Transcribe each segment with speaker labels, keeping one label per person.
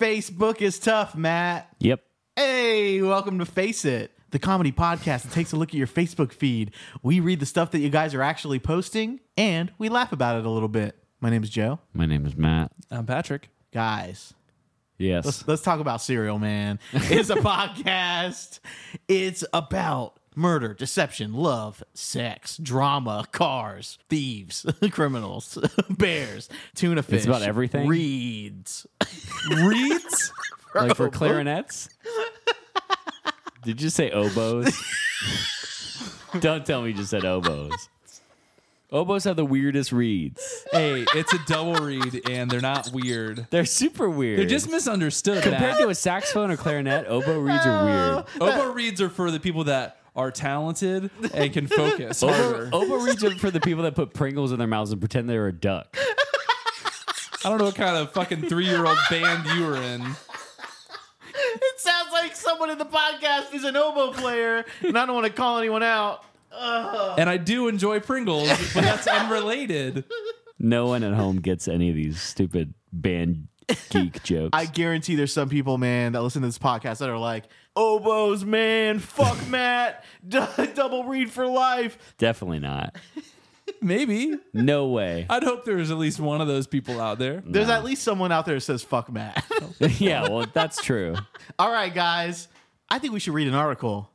Speaker 1: Facebook is tough, Matt.
Speaker 2: Yep.
Speaker 1: Hey, welcome to Face It, the comedy podcast that takes a look at your Facebook feed. We read the stuff that you guys are actually posting and we laugh about it a little bit. My name is Joe.
Speaker 2: My name is Matt.
Speaker 3: I'm Patrick.
Speaker 1: Guys,
Speaker 2: Yes.
Speaker 1: Let's, let's talk about Serial Man. It's a podcast. It's about murder, deception, love, sex, drama, cars, thieves, criminals, bears, tuna fish.
Speaker 2: about everything?
Speaker 1: Reeds.
Speaker 3: Reeds?
Speaker 2: like for clarinets. Did you say oboes? Don't tell me you just said oboes. Oboes have the weirdest reeds.
Speaker 3: hey, it's a double read and they're not weird.
Speaker 2: They're super weird.
Speaker 3: They're just misunderstood.
Speaker 2: compared to a saxophone or clarinet, oboe reeds are weird.
Speaker 3: oboe reads are for the people that are talented and can focus harder.
Speaker 2: Oboe, oboe reeds are for the people that put Pringles in their mouths and pretend they're a duck.
Speaker 3: I don't know what kind of fucking three year old band you were in.
Speaker 1: It sounds like someone in the podcast is an oboe player, and I don't want to call anyone out.
Speaker 3: And I do enjoy Pringles, but that's unrelated.
Speaker 2: No one at home gets any of these stupid band geek jokes.
Speaker 1: I guarantee there's some people, man, that listen to this podcast that are like, oboes, man, fuck Matt, d- double read for life.
Speaker 2: Definitely not.
Speaker 3: Maybe.
Speaker 2: No way.
Speaker 3: I'd hope there was at least one of those people out there.
Speaker 1: There's at least someone out there that says, fuck Matt.
Speaker 2: yeah, well, that's true.
Speaker 1: All right, guys. I think we should read an article.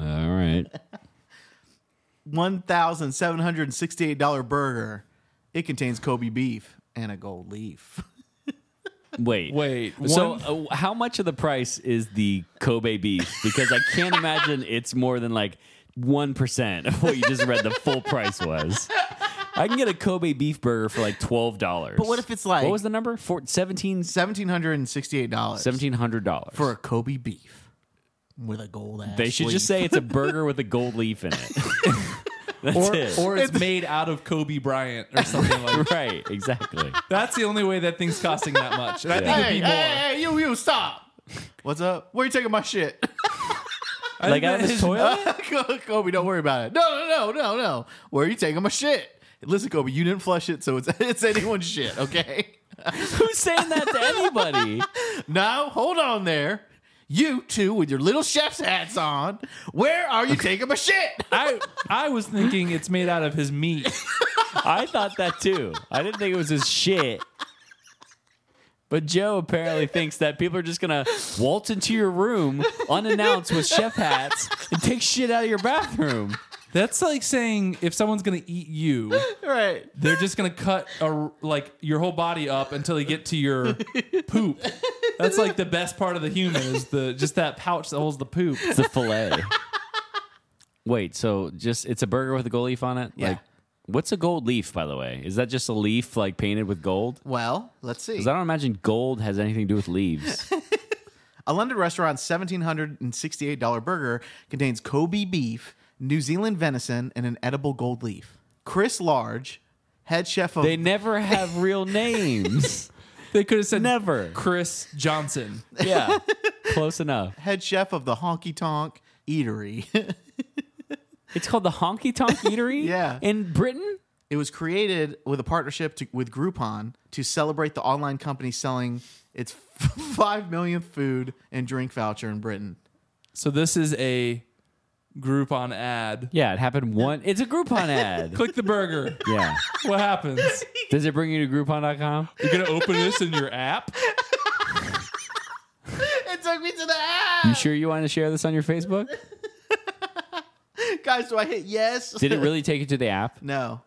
Speaker 2: All right.
Speaker 1: $1,768 burger. It contains Kobe beef and a gold leaf.
Speaker 2: Wait.
Speaker 3: Wait,
Speaker 2: So,
Speaker 3: one-
Speaker 2: uh, how much of the price is the Kobe beef? Because I can't imagine it's more than like 1% of what you just read the full price was. I can get a Kobe beef burger for like $12. But
Speaker 1: what if it's like-
Speaker 2: What was the number? Four, 17
Speaker 1: $1,768
Speaker 2: $1,700.
Speaker 1: for a Kobe beef with a gold ass.
Speaker 2: they should just
Speaker 1: leaf.
Speaker 2: say it's a burger with a gold leaf in it. That's
Speaker 3: Or,
Speaker 2: it.
Speaker 3: or it's made out of Kobe Bryant or something like that.
Speaker 2: right, exactly.
Speaker 3: That's the only way that thing's costing that much. And I think
Speaker 1: Hey,
Speaker 3: it'd be
Speaker 1: hey,
Speaker 3: more.
Speaker 1: hey, you, you, stop. What's up? Where you taking my shit?
Speaker 3: I
Speaker 2: Like
Speaker 3: think
Speaker 2: out of
Speaker 3: that
Speaker 2: his
Speaker 3: is-
Speaker 2: toilet?
Speaker 1: Kobe, don't worry about it. No, no, no, no, no. Where are you taking my shit? Listen, Kobe, you didn't flush it, so it's, it's anyone's shit, okay?
Speaker 2: Who's saying that to anybody?
Speaker 1: Now, hold on there. You two with your little chef's hats on. Where are you taking my shit?
Speaker 3: I I was thinking it's made out of his meat.
Speaker 2: I thought that too. I didn't think it was his shit. But Joe apparently thinks that people are just gonna waltz into your room unannounced with chef hats and take shit out of your bathroom.
Speaker 3: That's like saying if someone's gonna eat you,
Speaker 1: Right.
Speaker 3: they're just gonna cut a, like your whole body up until they get to your poop. That's like the best part of the human is the just that pouch that holds the poop.
Speaker 2: It's a fillet. Wait, so just it's a burger with a gold leaf on it?
Speaker 1: Yeah.
Speaker 2: Like what's a gold leaf, by the way? Is that just a leaf like painted with gold?
Speaker 1: Well, let's see.
Speaker 2: Because I don't imagine gold has anything to do with leaves.
Speaker 1: A London restaurant's $1,768 burger contains Kobe beef, New Zealand venison, and an edible gold leaf. Chris Large, head chef of.
Speaker 2: They never have real names.
Speaker 3: They could have said
Speaker 2: Never.
Speaker 3: Chris Johnson.
Speaker 2: Yeah. Close enough.
Speaker 1: Head chef of the Honky Tonk Eatery.
Speaker 2: It's called the Honky Tonk Eatery.
Speaker 1: Yeah.
Speaker 2: In Britain?
Speaker 1: it was created with a partnership to, with Groupon to celebrate the online company selling its 5 millionth food and drink voucher in Britain.
Speaker 3: So this is a Groupon ad.
Speaker 2: Yeah, it happened one. It's a Groupon ad.
Speaker 3: Click the burger.
Speaker 2: yeah.
Speaker 3: What happens?
Speaker 2: Does it bring you to Groupon.com?
Speaker 3: You're gonna open this in your app?
Speaker 1: It took me to the app.
Speaker 2: You sure you want to share this on your Facebook?
Speaker 1: Guys, do I hit yes?
Speaker 2: Did it really take you to the app?
Speaker 1: no.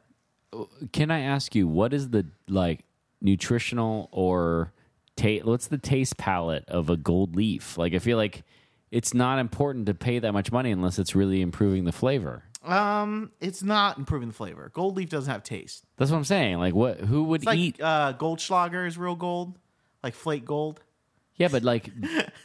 Speaker 2: Can I ask you what is the like nutritional or ta- what's the taste palette of a gold leaf? Like I feel like it's not important to pay that much money unless it's really improving the flavor.
Speaker 1: Um, it's not improving the flavor. Gold leaf doesn't have taste.
Speaker 2: That's what I'm saying. Like what who would
Speaker 1: It's like
Speaker 2: eat
Speaker 1: uh Goldschlager is real gold, like flake gold.
Speaker 2: Yeah, but like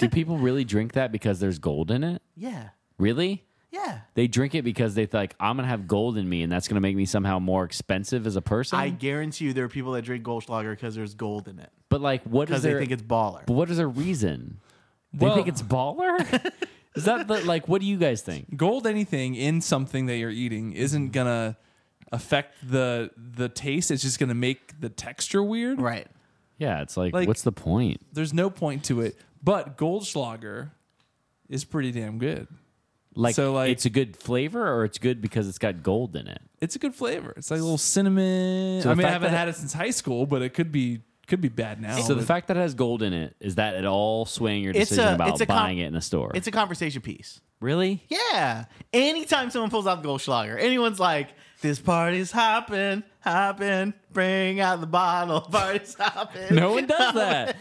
Speaker 2: do people really drink that because there's gold in it?
Speaker 1: Yeah.
Speaker 2: Really?
Speaker 1: Yeah.
Speaker 2: They drink it because they think I'm gonna have gold in me, and that's gonna make me somehow more expensive as a person.
Speaker 1: I guarantee you there are people that drink Goldschlager because there's gold in it.
Speaker 2: but like, what is
Speaker 1: Because they
Speaker 2: their?
Speaker 1: think it's baller.
Speaker 2: but what is their reason? They
Speaker 3: Well-
Speaker 2: think it's baller. is that the, like what do you guys think?
Speaker 3: gold anything in something that you're eating isn't gonna affect the the taste it's just gonna make the texture weird
Speaker 1: Right.
Speaker 2: Yeah, it's like,
Speaker 3: Like-
Speaker 2: what's the point?
Speaker 3: There's no point to it. But Goldschlager is pretty damn good.
Speaker 2: Like,
Speaker 3: So, like-
Speaker 2: it's a good flavor or it's good because it's got gold in it.
Speaker 3: It's a good flavor. It's like a little cinnamon.
Speaker 2: So
Speaker 3: I
Speaker 2: the
Speaker 3: mean, I
Speaker 2: fact
Speaker 3: haven't
Speaker 2: that-
Speaker 3: had it since high school, but it could be could be bad now.
Speaker 2: So the
Speaker 3: but-
Speaker 2: fact that it has gold in it is that at all swaying your
Speaker 1: Oh, It's
Speaker 2: decision
Speaker 1: a-
Speaker 2: about
Speaker 1: it's a com-
Speaker 2: buying it in a store?
Speaker 1: It's a conversation piece.
Speaker 2: really?
Speaker 1: Yeah. Anytime someone pulls out the Goldschlager, anyone's like, this party's hopping, hopping, bring out the bottle, party's hopping.
Speaker 2: No one does that.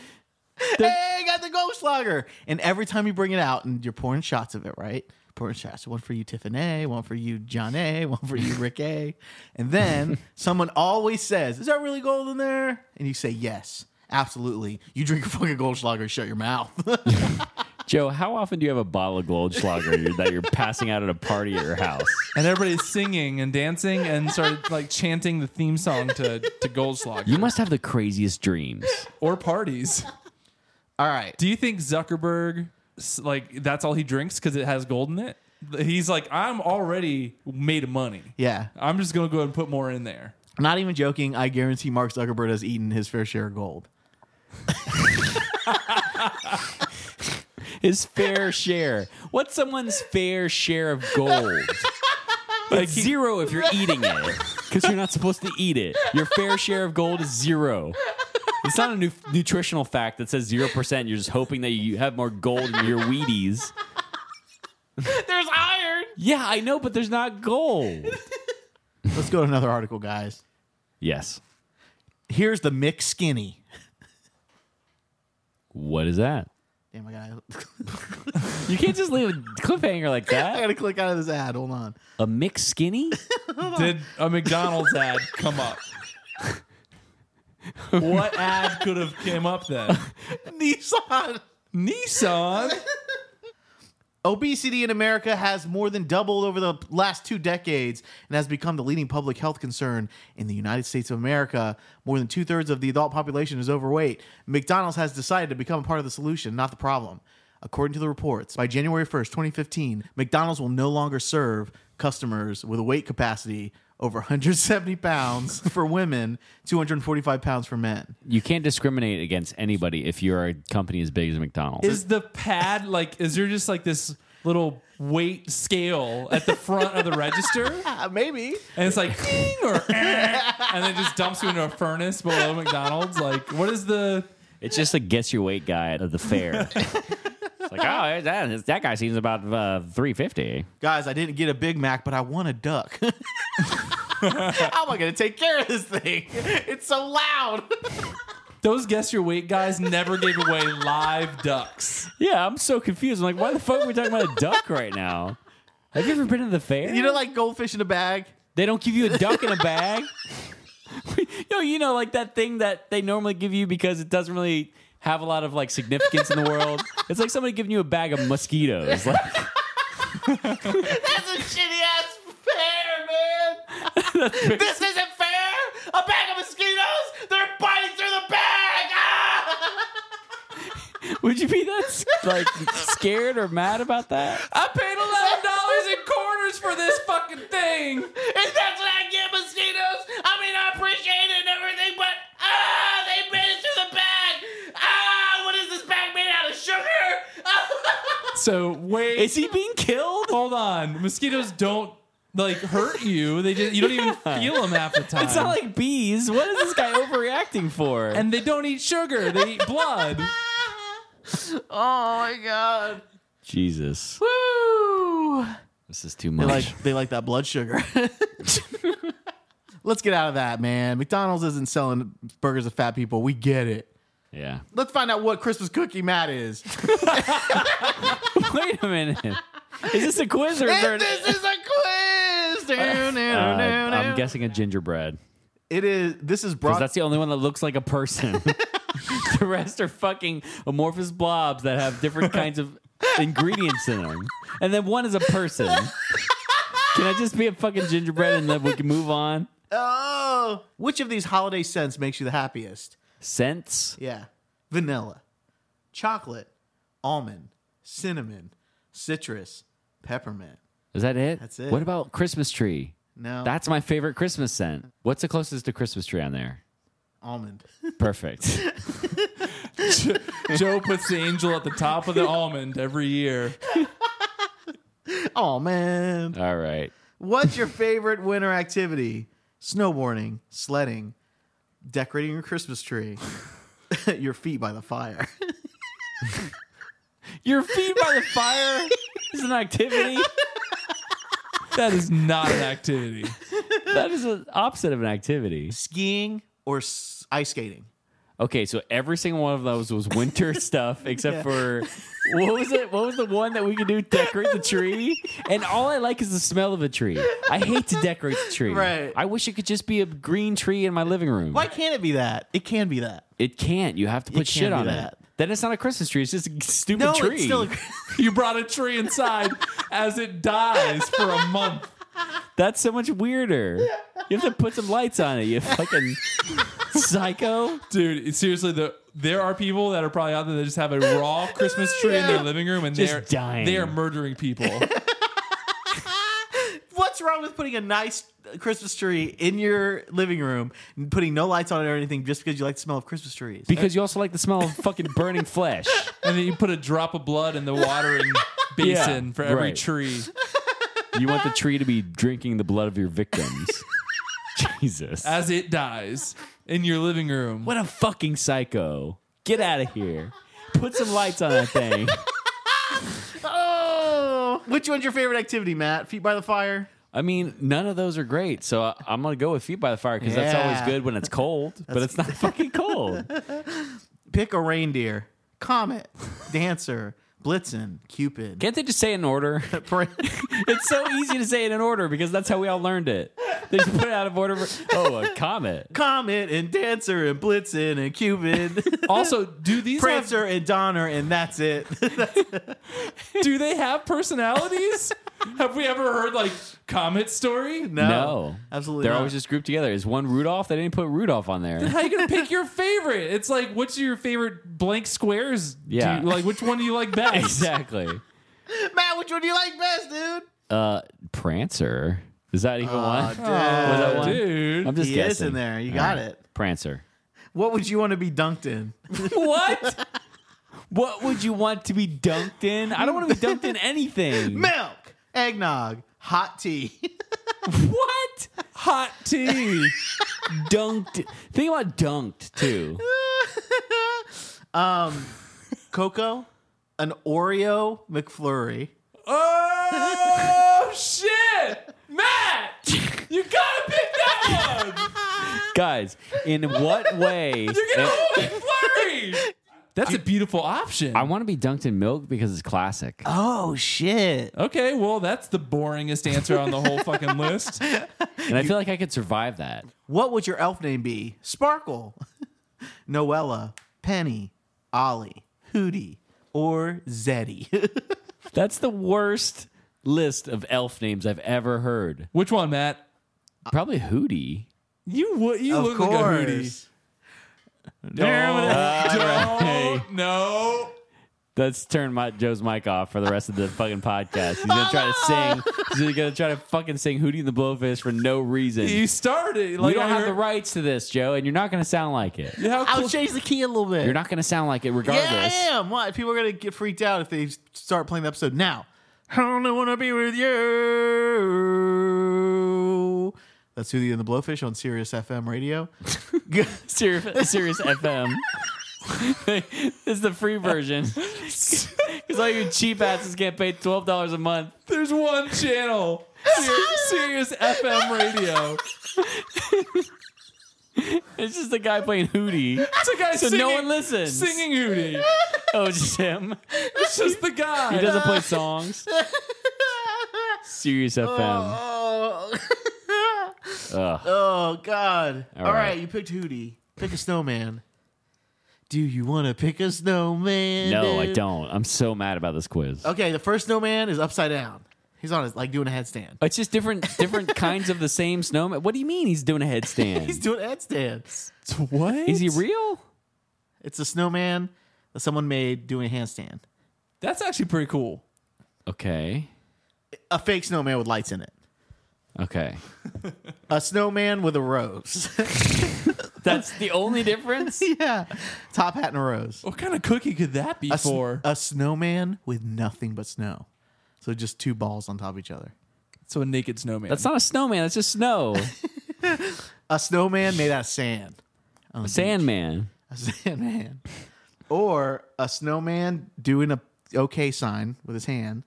Speaker 1: Hey, I got the Goldschlager. And every time you bring it out and you're pouring shots of it, right? Pouring shots. One for you, Tiffin A, one for you, John A, one for you, Rick A. And then someone always says, Is that really gold in there? And you say, Yes, absolutely. You drink a fucking Goldschlager, shut your mouth.
Speaker 2: Joe, how often do you have a bottle of Goldschlager you're- that you're passing out at a party at your house?
Speaker 3: and everybody's singing and dancing and started like chanting the theme song to to Goldschlager
Speaker 2: You must have the craziest dreams.
Speaker 3: or parties.
Speaker 1: All right.
Speaker 3: Do you think Zuckerberg s- like that's all he drinks because it has gold in it? He's like, I'm already made of money.
Speaker 1: Yeah.
Speaker 3: I'm just gonna go ahead and put more in there.
Speaker 1: I'm not even joking. I guarantee Mark Zuckerberg has eaten his fair share of gold.
Speaker 2: His fair share. What's someone's fair share of gold? Like zero if you're eating it, because you're not supposed to eat it. Your fair share of gold is zero. It's not a nu- nutritional fact that says zero percent. You're just hoping that you have more gold in your Wheaties.
Speaker 1: There's iron.
Speaker 2: Yeah, I know, but there's not gold.
Speaker 1: Let's go to another article, guys.
Speaker 2: Yes.
Speaker 1: Here's the Mick Skinny.
Speaker 2: What is that?
Speaker 1: Damn, I gotta,
Speaker 2: You can't just leave a cliffhanger like
Speaker 1: I
Speaker 2: that.
Speaker 1: gotta click out of this ad. Hold on.
Speaker 2: A mixed skinny?
Speaker 3: Did a McDonald's ad come up? what ad could have came up then?
Speaker 1: Nissan.
Speaker 3: Nissan.
Speaker 1: Obesity in America has more than doubled over the last two decades and has become the leading public health concern in the United States of America. More than two thirds of the adult population is overweight. McDonald's has decided to become a part of the solution, not the problem. According to the reports, by January 1st, 2015, McDonald's will no longer serve customers with a weight capacity over 170 pounds for women, 245 pounds for men.
Speaker 2: You can't discriminate against anybody if you're a company as big as McDonald's.
Speaker 3: Is the pad like? Is there just like this little weight scale at the front of the register,
Speaker 1: Ah, maybe.
Speaker 3: and it's like ding or eh, and then just dumps you into a furnace below McDonald's? Like, what is the?
Speaker 2: It's just a guess your weight guy at the fair. it's like, oh, that, that guy seems about uh, three fifty.
Speaker 1: guys, I didn't get a Big Mac, but I want a duck. How am I going to take care of this thing? It's so loud.
Speaker 3: Those guess your weight guys never gave away live ducks.
Speaker 2: Yeah, I'm so confused. I'm like, why the fuck are we talking about a duck right now? Have you ever been to the fair?
Speaker 1: You know, like goldfish in a bag?
Speaker 2: they don't give you a duck in a bag. no, you know, like that thing that they normally give you because it doesn't really have a lot of like significance in the world. It's like somebody giving you a bag of mosquitoes. Like,
Speaker 1: That's a shitty ass fair, man. this isn't fair. A bag of mosquitoes, they're biting through the bag. Ah!
Speaker 2: would you be that s- like scared or mad about that?
Speaker 3: I paid eleven dollars in quarters for this fucking thing.
Speaker 1: And that's what I get, mosquitoes. I mean, I appreciate it and everything, but ah, they bit it through the bag. Ah, what is this bag made out of? Sugar? Ah!
Speaker 3: So Uh, wait,
Speaker 2: Is he being killed?
Speaker 3: hold on. Mosquitoes don't like hurt you. They just you don't even feel them half the time.
Speaker 2: It's not like bees. What is this guy overreacting for?
Speaker 3: and they don't eat sugar. They eat blood.
Speaker 1: oh my god.
Speaker 2: Jesus,
Speaker 1: Woo!
Speaker 2: this is too
Speaker 1: They
Speaker 2: much.
Speaker 1: like they like that blood sugar. Let's get out of that, man. McDonald's isn't selling burgers to fat people. We get it.
Speaker 2: yeah.
Speaker 1: Let's find out what Christmas cookie Matt is.
Speaker 2: Wait a minute. Is this a quiz or is there?
Speaker 1: And this is a quiz.
Speaker 2: Uh, I'm guessing a gingerbread
Speaker 1: It is. This is
Speaker 2: because
Speaker 1: brought.
Speaker 2: that's the only one that looks like a person. the rest are fucking amorphous blobs that have different kinds of ingredients in them, and then one is a person. Can I just be a fucking gingerbread and then we can move on?
Speaker 1: oh, which of these holiday scents makes you the happiest?
Speaker 2: Scents.
Speaker 1: Yeah, vanilla, chocolate, almond, cinnamon, citrus, peppermint.
Speaker 2: Is that it?
Speaker 1: That's it. Oh.
Speaker 2: What about Christmas tree?
Speaker 1: No,
Speaker 2: That's my favorite Christmas scent. What's the closest to Christmas tree on there?
Speaker 1: almond.
Speaker 2: Perfect.
Speaker 3: Jo- Joe puts the angel at the top of the almond every year.
Speaker 1: oh man.
Speaker 2: All right.
Speaker 1: What's your favorite winter activity? Snowboarding, sledding, decorating your Christmas tree, your feet by the fire.
Speaker 2: Your feet by the fire is an activity.
Speaker 3: That is not an activity.
Speaker 2: That is the opposite of an activity.
Speaker 1: Skiing or s- ice skating?
Speaker 2: Okay, so every single one of those was winter stuff, except for what was it? What was the one that we could do? Decorate the tree, and all I like is the smell of a tree. I hate to decorate the tree.
Speaker 1: Right.
Speaker 2: I wish it could just be a green tree in my living room.
Speaker 1: Why can't it be that? It can be that.
Speaker 2: It can't. You have to put
Speaker 1: It can't
Speaker 2: shit
Speaker 1: be
Speaker 2: on
Speaker 1: that.
Speaker 2: it. Then it's not a Christmas tree. It's just a stupid
Speaker 1: No,
Speaker 2: tree.
Speaker 1: it's still.
Speaker 3: You brought a tree inside as it dies for a month.
Speaker 2: That's so much weirder. You have to put some lights on it. You fucking psycho.
Speaker 3: Dude, seriously, the there are people that are probably out there that just have a raw Christmas tree in their living room and
Speaker 2: Just
Speaker 3: they're
Speaker 2: dying.
Speaker 3: They are murdering people.
Speaker 1: What's wrong with putting a nice uh, Christmas tree in your living room and putting no lights on it or anything just because you like the smell of Christmas trees?
Speaker 2: Because you also like the smell of fucking burning flesh.
Speaker 3: and then you put a drop of blood in the watering basin
Speaker 2: Yeah,
Speaker 3: for every
Speaker 2: right.
Speaker 3: tree.
Speaker 2: You want the tree to be drinking the blood of your victims. Jesus.
Speaker 3: as it dies in your living room.
Speaker 2: What a fucking psycho. Get out of here. Put some lights on that thing.
Speaker 1: Oh, which one's your favorite activity, Matt? Feet by the fire.
Speaker 2: I mean, none of those are great. So I, I'm going to go with feet by the fire because that's always
Speaker 1: Yeah.
Speaker 2: good when it's cold, but it's not fucking cold.
Speaker 1: Pick a reindeer, comet, dancer, blitzen, cupid.
Speaker 2: Can't they just say it in order?
Speaker 1: Pra-
Speaker 2: It's so easy to say it in order because that's how we all learned it. They just put it out of order. For, oh, a comet.
Speaker 1: comet and dancer and blitzen and cupid,
Speaker 3: Also, do these have,
Speaker 1: prancer and donner, and that's it.
Speaker 3: do they have personalities? have we ever heard like comet story?
Speaker 1: no,
Speaker 2: No.
Speaker 1: absolutely.
Speaker 2: They're
Speaker 1: not.
Speaker 2: always just grouped together. Is one Rudolph? They didn't put Rudolph on there.
Speaker 3: How you gonna pick your favorite? It's like what's your favorite blank squares? Do
Speaker 2: Yeah.
Speaker 3: you- like which one do you like best?
Speaker 2: exactly.
Speaker 1: Matt. Which one do you like best, dude?
Speaker 2: Uh, Prancer. Is that even
Speaker 1: Aw,
Speaker 2: one?
Speaker 1: dude.
Speaker 2: Was that one?
Speaker 3: Uh, Dude.
Speaker 2: I'm just
Speaker 1: he
Speaker 2: guessing.
Speaker 1: is in there. You got it.
Speaker 2: Prancer.
Speaker 1: What would you want to be dunked in?
Speaker 2: What? what would you want to be dunked in? I don't want to be dunked in anything.
Speaker 1: Milk, eggnog, hot tea.
Speaker 2: what?
Speaker 3: Hot tea.
Speaker 2: Dunked. Think about dunked too.
Speaker 1: um, cocoa, an Oreo McFlurry.
Speaker 3: oh shit, Matt! You gotta pick that one.
Speaker 2: Guys, in what way?
Speaker 3: You're gonna hold it flurry. That's a beautiful option.
Speaker 2: I want to be dunked in milk because it's classic.
Speaker 1: Oh shit!
Speaker 3: Okay, well, that's the boringest answer on the whole fucking list.
Speaker 2: And I feel like I could survive that.
Speaker 1: What would your elf name be? Sparkle, Noella, Penny, Ollie, Hootie, or Zeddy?
Speaker 2: That's the worst list of elf names I've ever heard.
Speaker 3: Which one, Matt?
Speaker 1: Uh,
Speaker 2: Probably Hootie.
Speaker 3: You would. You
Speaker 1: of
Speaker 3: look
Speaker 1: course.
Speaker 3: like a hootie.
Speaker 2: Uh,
Speaker 3: Don't. No.
Speaker 2: Let's turn my, Joe's mic off for the rest of the fucking podcast. He's gonna try to sing. He's gonna try to fucking sing Hootie and the Blowfish for no reason.
Speaker 3: You started.
Speaker 2: we
Speaker 3: Like,
Speaker 2: don't
Speaker 3: I
Speaker 2: have the
Speaker 3: heard-
Speaker 2: rights to this, Joe, and you're not gonna sound like it.
Speaker 3: How
Speaker 1: I'll
Speaker 3: cool-
Speaker 1: change the key a little bit.
Speaker 2: You're not gonna sound like it,
Speaker 1: Yeah,
Speaker 2: regardless.
Speaker 1: I am. What? People are gonna get freaked out if they start playing the episode now. I only want to be with you. That's Hootie and the Blowfish on Sirius FM radio.
Speaker 2: Serious, serious FM. it's the free version. Because all you cheap asses can't pay twelve dollars a month.
Speaker 3: There's one channel. Ser- Serious FM radio.
Speaker 2: It's just a guy playing Hootie.
Speaker 3: It's a guy
Speaker 2: So
Speaker 3: singing,
Speaker 2: no one listens.
Speaker 3: singing Hootie.
Speaker 2: Oh, it's just him.
Speaker 3: It's just the guy.
Speaker 2: He doesn't play songs. Serious FM.
Speaker 1: oh.
Speaker 2: Ugh.
Speaker 1: oh God! All right.
Speaker 2: right.
Speaker 1: you picked Hootie. Pick a snowman. Do you want to pick a snowman?
Speaker 2: No, I
Speaker 1: dude?
Speaker 2: don't. I'm so mad about this quiz.
Speaker 1: Okay, the first snowman is upside down. He's on his like doing a headstand.
Speaker 2: It's just different different kinds of the same snowman. What do you mean he's doing a headstand?
Speaker 1: He's doing headstands.
Speaker 3: What?
Speaker 2: Is he real?
Speaker 1: It's a snowman that someone made doing a handstand.
Speaker 3: That's actually pretty cool.
Speaker 2: Okay.
Speaker 1: A fake snowman with lights in it.
Speaker 2: Okay.
Speaker 1: a snowman with a rose.
Speaker 2: That's the only difference.
Speaker 1: yeah, top hat and a rose.
Speaker 3: What kind of cookie could that be
Speaker 1: A, sn-
Speaker 2: uh,
Speaker 3: for?
Speaker 1: a snowman with nothing but snow. So just two balls on top of each other.
Speaker 3: so a naked snowman.
Speaker 2: That's not a snowman. That's just snow.
Speaker 1: A snowman made out of sand. On the
Speaker 2: Sandman.
Speaker 1: beach. A sandman. Or a snowman doing a okay sign with his hand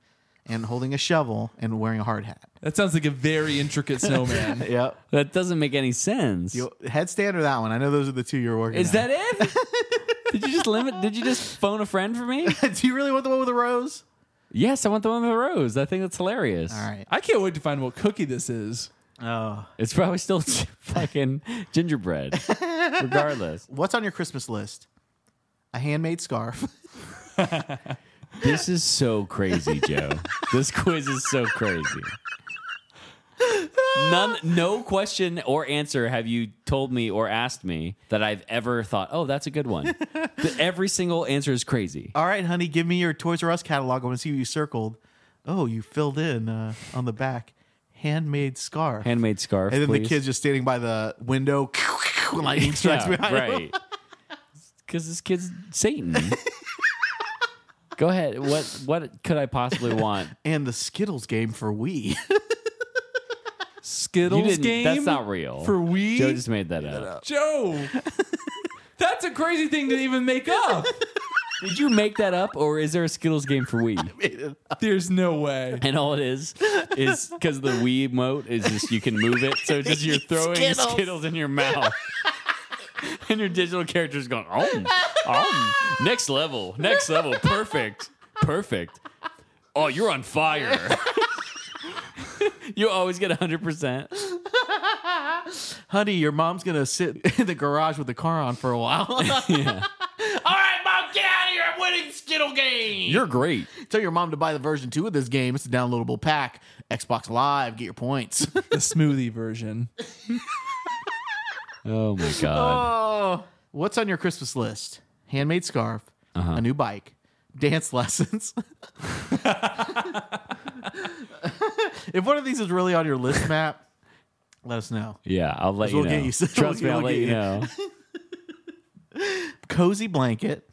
Speaker 1: and holding a shovel and wearing a hard hat.
Speaker 3: that sounds like a very intricate snowman.
Speaker 1: Yep.
Speaker 2: That doesn't make any sense.
Speaker 1: Yo, Headstand or that one? I know those are the two you're working.
Speaker 2: Is
Speaker 1: on.
Speaker 2: that it? did you just limit? Did you just phone a friend for me?
Speaker 1: Do you really want the one with the rose?
Speaker 2: Yes, I want the one with the rose. I think that's hilarious.
Speaker 1: All right.
Speaker 3: I can't wait to find what cookie this is.
Speaker 1: Oh,
Speaker 2: It's probably still fucking gingerbread, regardless.
Speaker 1: what's on your Christmas list? A handmade scarf.
Speaker 2: This is so crazy, Joe. this quiz is so crazy. None, no question or answer have you told me or asked me that I've ever thought, oh, that's a good one. Th- Every single answer is crazy.
Speaker 1: All right, honey, give me your Toys R Us catalog. I want to see what you circled. Oh, you filled in uh, on the back. Handmade scarf.
Speaker 2: Handmade scarf.
Speaker 1: and then the
Speaker 2: please.
Speaker 1: kid's just standing by the window. Lightning strikes
Speaker 2: yeah,
Speaker 1: behind him.
Speaker 2: right. Because this kid's Satan. Go ahead. What what could I possibly want?
Speaker 1: And the Skittles game for Wii.
Speaker 3: Skittles
Speaker 2: you didn't.
Speaker 3: game.
Speaker 2: That's not real.
Speaker 3: for we.
Speaker 2: Joe just made that up.
Speaker 3: Joe. That's a crazy thing to even make up.
Speaker 2: Did you make that up, or is there a Skittles game for Wii?
Speaker 3: There's no way.
Speaker 2: And all it is is because the Wii mote is just you can move it, so it's just you're throwing Skittles,
Speaker 1: Skittles.
Speaker 2: in your mouth, and your digital character is going om om next level, next level, perfect, perfect. Oh, you're on fire. you always get hundred percent.
Speaker 1: honey, your mom's going to sit in the garage with the car on for a while. All right, mom, get out of here. I'm winning Skittle game.
Speaker 2: You're great.
Speaker 1: Tell your mom to buy the version two of this game. It's a downloadable pack. Xbox Live. Get your points.
Speaker 3: The smoothie version.
Speaker 2: Oh my god.
Speaker 1: Oh, what's on your Christmas list? Handmade scarf, a new bike, dance lessons. if one of these is really on your list, Matt, let us know.
Speaker 2: Yeah, I'll let you
Speaker 1: we'll
Speaker 2: know.
Speaker 1: get you-
Speaker 2: Trust me,
Speaker 1: we'll
Speaker 2: I'll
Speaker 1: get
Speaker 2: let you
Speaker 1: you.
Speaker 2: know.
Speaker 1: Cozy blanket,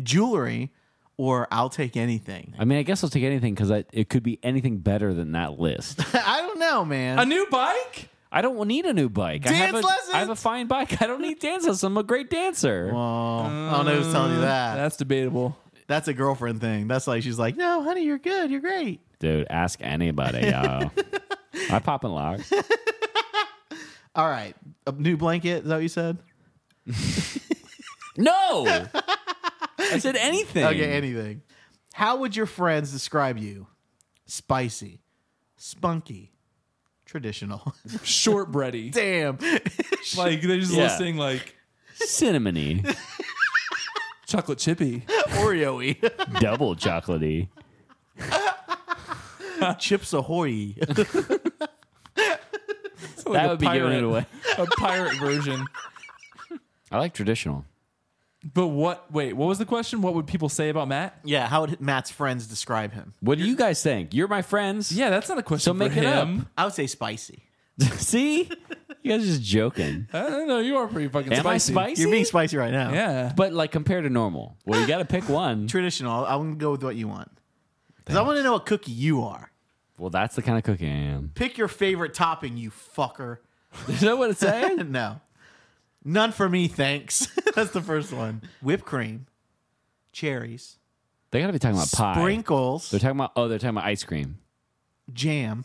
Speaker 1: jewelry, or I'll take anything.
Speaker 2: I mean, I guess I'll take anything because it could be anything better than that list.
Speaker 1: I don't know,
Speaker 3: A
Speaker 1: man.
Speaker 3: new bike?
Speaker 2: I don't need a new bike. I have
Speaker 1: Dance
Speaker 2: a, I have a
Speaker 1: lessons?
Speaker 2: fine bike. I don't need dance lessons. I'm a great dancer.
Speaker 1: Oh, I don't know who's telling you Uh, that.
Speaker 3: That's debatable.
Speaker 1: That's a girlfriend thing. That's like she's like, no, honey, you're good, you're great.
Speaker 2: Dude, ask anybody, y'all. I pop and lock.
Speaker 1: All right, a new blanket. Is that what you said?
Speaker 2: No, I said anything.
Speaker 1: Okay, anything. How would your friends describe you? Spicy, spunky, traditional.
Speaker 3: Shortbready.
Speaker 1: Damn.
Speaker 3: like they're just
Speaker 2: Yeah.
Speaker 3: listing like
Speaker 2: cinnamony,
Speaker 3: chocolate chippy.
Speaker 1: Oreo y.
Speaker 2: double chocolatey.
Speaker 1: Chips Ahoy.
Speaker 3: It's like
Speaker 2: That
Speaker 3: a
Speaker 2: would be giving
Speaker 3: pirate-
Speaker 2: it away.
Speaker 3: A pirate version.
Speaker 2: I like traditional.
Speaker 3: But what wait, what was the question? What would people say about Matt?
Speaker 1: yeah, how would Matt's friends describe him?
Speaker 2: What do you guys think? You're my friends.
Speaker 3: Yeah, that's not a question.
Speaker 2: So
Speaker 3: for
Speaker 2: make it
Speaker 3: him.
Speaker 1: I would say spicy.
Speaker 2: See, you guys are just joking.
Speaker 3: I don't know. You are pretty fucking
Speaker 2: Am I
Speaker 3: spicy.
Speaker 2: spicy?
Speaker 1: You're being spicy right now.
Speaker 3: Yeah.
Speaker 2: but like compared to normal. Well, you got to pick one.
Speaker 1: Traditional. I'm going to go with what you want. Because I want to know what cookie you are.
Speaker 2: Well, that's the kind of cookie I am.
Speaker 1: Pick your favorite topping, you fucker.
Speaker 2: Is that what it's saying?
Speaker 1: no. None for me, thanks. That's the first one. Whipped cream, cherries,
Speaker 2: They got to be talking about pie.
Speaker 1: sprinkles,
Speaker 2: They're talking about oh, they're talking about ice cream.
Speaker 1: jam.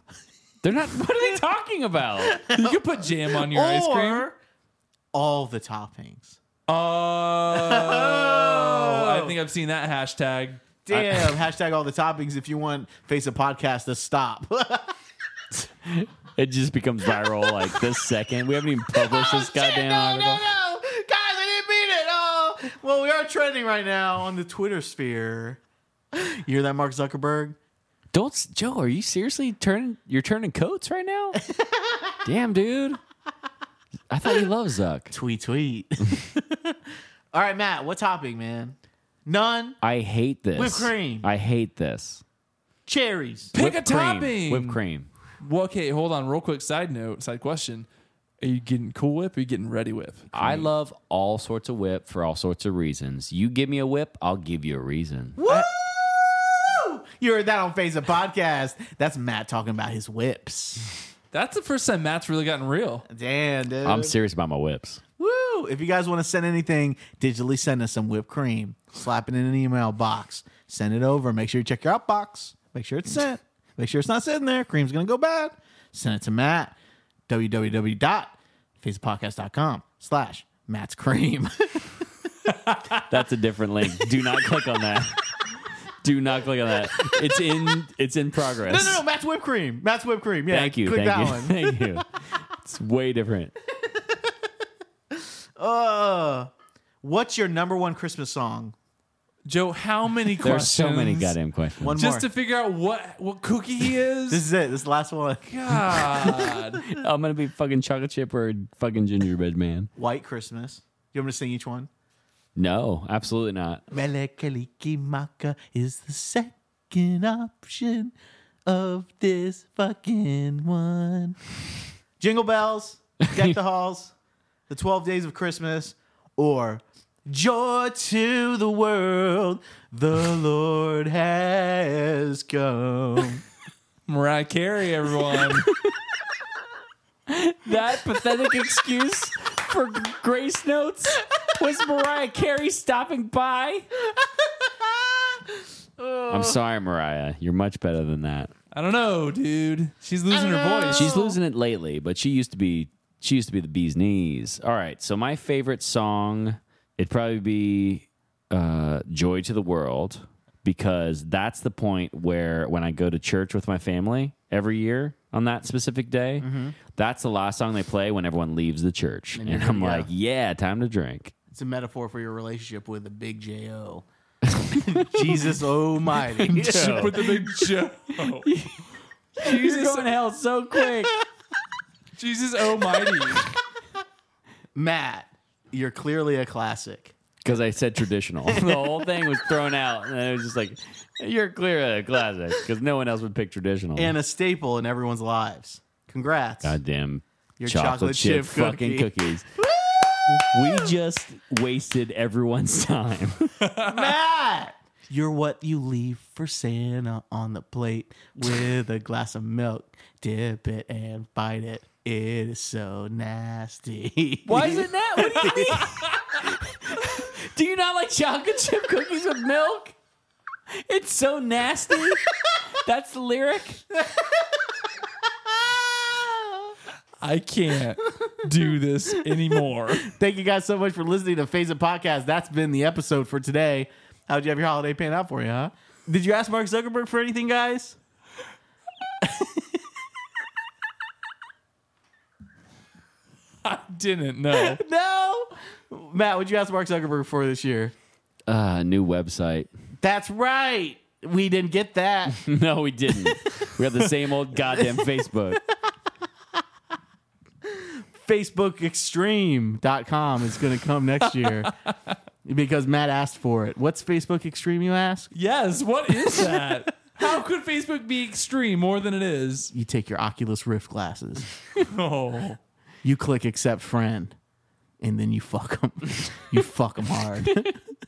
Speaker 2: They're not. What are they talking about?
Speaker 3: You could put jam on your ice cream.
Speaker 1: Or all the toppings.
Speaker 3: Oh,
Speaker 1: Oh,
Speaker 2: Oh.
Speaker 3: I think I've seen that hashtag.
Speaker 1: Damn, hashtag all the toppings if you want Face a Podcast to stop.
Speaker 2: It just becomes viral like this second. We haven't even published this goddamn article.
Speaker 1: no. Guys, I didn't mean it. Oh, well, we are trending right now on the Twitter sphere. You hear that, Mark Zuckerberg?
Speaker 2: Don't s- Joe, are you seriously turning you're turning coats right now? Damn, dude. I thought you loved Zuck.
Speaker 1: Tweet, tweet. all right, Matt, what topping, man? None.
Speaker 2: I hate this.
Speaker 1: Whipped cream.
Speaker 2: I hate this.
Speaker 1: Cherries.
Speaker 3: Pick a
Speaker 2: cream.
Speaker 3: topping.
Speaker 2: Whipped cream.
Speaker 3: Well, okay, hold on. Real quick side note, side question. Are you getting Cool Whip or are you getting Ready Whip?
Speaker 2: I love all sorts of whip for all sorts of reasons. You give me a whip, I'll give you a reason.
Speaker 1: Woo! You heard that on Phase of Podcast. That's Matt talking about his whips.
Speaker 3: That's the first time Matt's really gotten real.
Speaker 1: Damn, dude.
Speaker 2: I'm serious about my whips.
Speaker 1: Woo! If you guys want to send anything, digitally send us some whipped cream. Slap it in an email box. Send it over. Make sure you check your outbox. Make sure it's sent. Make sure it's not sitting there. Cream's going to go bad. Send it to Matt. www.facepodcast.com slash Matt's Cream.
Speaker 2: That's a different link. Do not click on that. Do not click on that. It's in it's in progress.
Speaker 1: no, no, no. Matt's Whipped Cream. Matt's Whipped Cream. Yeah,
Speaker 2: Thank you.
Speaker 1: click
Speaker 2: thank
Speaker 1: that
Speaker 2: you.
Speaker 1: one.
Speaker 2: Thank you. It's way different.
Speaker 1: Uh, what's your number one Christmas song?
Speaker 3: Joe, how many questions?
Speaker 2: There's so many goddamn questions.
Speaker 1: One
Speaker 3: Just
Speaker 1: more.
Speaker 3: to figure out what what cookie he
Speaker 1: this
Speaker 3: is.
Speaker 1: is it. This is the last one.
Speaker 3: God.
Speaker 2: I'm gonna be fucking chocolate chip or fucking gingerbread man.
Speaker 1: White Christmas. You want me to sing each one?
Speaker 2: No, absolutely not.
Speaker 1: Melekalikimaka is the second option of this fucking one. Jingle bells, deck the halls, the 12 days of Christmas, or joy to the world, the Lord has come.
Speaker 3: Mariah Carey, everyone.
Speaker 2: That pathetic excuse for grace notes was Mariah Carey stopping by. I'm sorry, Mariah. You're much better than that.
Speaker 3: I don't know, dude. She's losing her voice.
Speaker 2: She's losing it lately, but she used to be she used to be the bee's knees. All right, so my favorite song it'd probably be uh, "Joy to the World" because that's the point where when I go to church with my family every year on that specific day, that's the last song they play when everyone leaves the church, Mm-hmm. and, I'm
Speaker 1: yeah.
Speaker 2: like, yeah, time to drink.
Speaker 1: It's a metaphor for your relationship with the big J.O. Jesus Almighty.
Speaker 3: She put the big Joe.
Speaker 2: You're going to hell so quick.
Speaker 3: Jesus Almighty.
Speaker 1: Matt, you're clearly a classic.
Speaker 2: Because I said traditional. the whole thing was thrown out. And it was just like, you're clear a classic. Because no one else would pick traditional.
Speaker 1: and a staple in everyone's lives. Congrats.
Speaker 2: goddamn
Speaker 1: Your
Speaker 2: chocolate,
Speaker 1: chocolate chip
Speaker 2: chip, fucking
Speaker 1: cookie.
Speaker 2: cookies. we just wasted everyone's time.
Speaker 1: Matt! You're what you leave for Santa on the plate with a glass of milk. Dip it and bite it. It is so nasty.
Speaker 2: Why is it that? What do you mean? do you not like chocolate chip cookies with milk? It's so nasty. That's the lyric.
Speaker 3: I can't do this anymore.
Speaker 1: Thank you guys so much for listening to Phase It Podcast. That's been the episode for today. How'd you have your holiday pan out for you, huh? Did you ask Mark Zuckerberg for anything, guys?
Speaker 3: I didn't know.
Speaker 1: No. Matt, what'd you ask Mark Zuckerberg for this year?
Speaker 2: Uh, new website.
Speaker 1: That's right. We didn't get that.
Speaker 2: No, we didn't. We have the same old goddamn Facebook.
Speaker 1: FacebookExtreme.com is going to come next year because Matt asked for it. What's Facebook Extreme, you ask?
Speaker 3: Yes, what is that? How could Facebook be extreme more than it is?
Speaker 1: You take your Oculus Rift glasses,
Speaker 3: Oh.
Speaker 1: you click accept friend, and then you fuck them. You fuck them hard.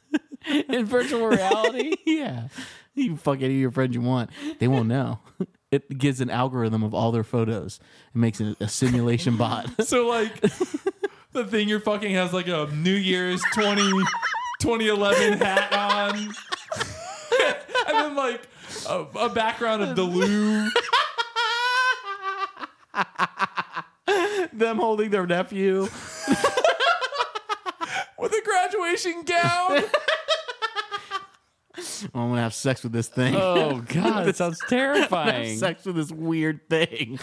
Speaker 2: In virtual reality?
Speaker 1: yeah. You can fuck any of your friends you want. They won't know. It gives an algorithm of all their photos. It makes it a simulation bot.
Speaker 3: So like the thing you're fucking has like a New Year's 20, 2011 hat on. and then like a, a background of the Lou.
Speaker 1: Them holding their nephew.
Speaker 3: with a graduation gown.
Speaker 1: I'm going to have sex with this thing.
Speaker 2: Oh, God. That sounds terrifying.
Speaker 1: sex with this weird thing.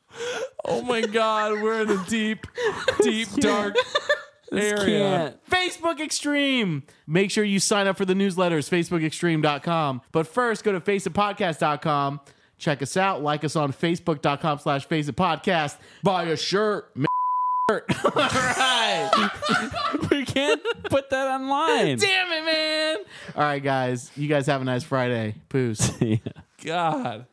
Speaker 3: oh my god, we're in a deep, deep dark area.
Speaker 2: Can't.
Speaker 1: Facebook Extreme. Make sure you sign up for the newsletters, facebookextreme.com. But first, go to faceitpodcast.com. Check us out. Like us on facebook.com slash faceitpodcast. Buy a shirt. ma- shirt. All right.
Speaker 2: We can't put that online.
Speaker 1: Damn it, man. All right, guys. You guys have a nice Friday. Peace.
Speaker 2: Yeah.
Speaker 3: God.